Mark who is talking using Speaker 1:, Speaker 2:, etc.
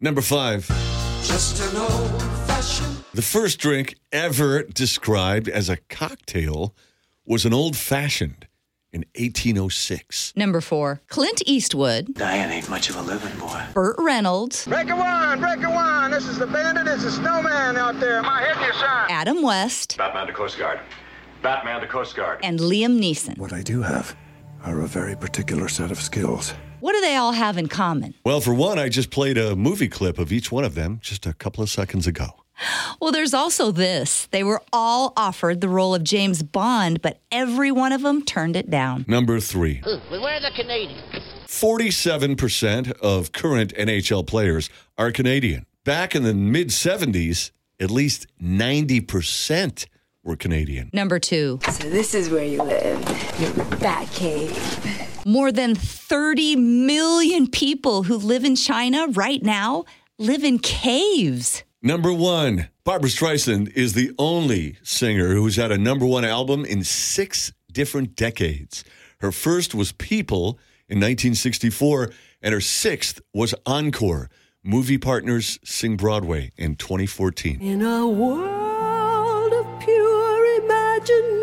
Speaker 1: Number five. The first drink ever described as a cocktail was an old fashioned in 1806.
Speaker 2: Number four, Clint Eastwood,
Speaker 3: Diane ain't much of a living boy.
Speaker 2: Burt Reynolds,
Speaker 4: Break a wine, break a wine. This is the bandit, it's a snowman out there. My head, you shine.
Speaker 2: Adam West,
Speaker 5: Batman to Coast Guard. Batman to Coast Guard.
Speaker 2: and Liam Neeson.
Speaker 3: What I do have are a very particular set of skills.
Speaker 2: What do they all have in common?
Speaker 1: Well, for one, I just played a movie clip of each one of them just a couple of seconds ago.
Speaker 2: Well, there's also this. They were all offered the role of James Bond, but every one of them turned it down.
Speaker 1: Number three
Speaker 6: Ooh, but where are the Canadians?
Speaker 1: 47% of current NHL players are Canadian. Back in the mid 70s, at least 90% were Canadian.
Speaker 2: Number two,
Speaker 7: So this is where you live. Your bat cave.
Speaker 2: more than 30 million people who live in China right now live in caves.
Speaker 1: Number one, Barbara Streisand is the only singer who's had a number one album in six different decades. Her first was People in 1964, and her sixth was Encore, Movie Partners Sing Broadway in 2014.
Speaker 8: In a world of pure imagination.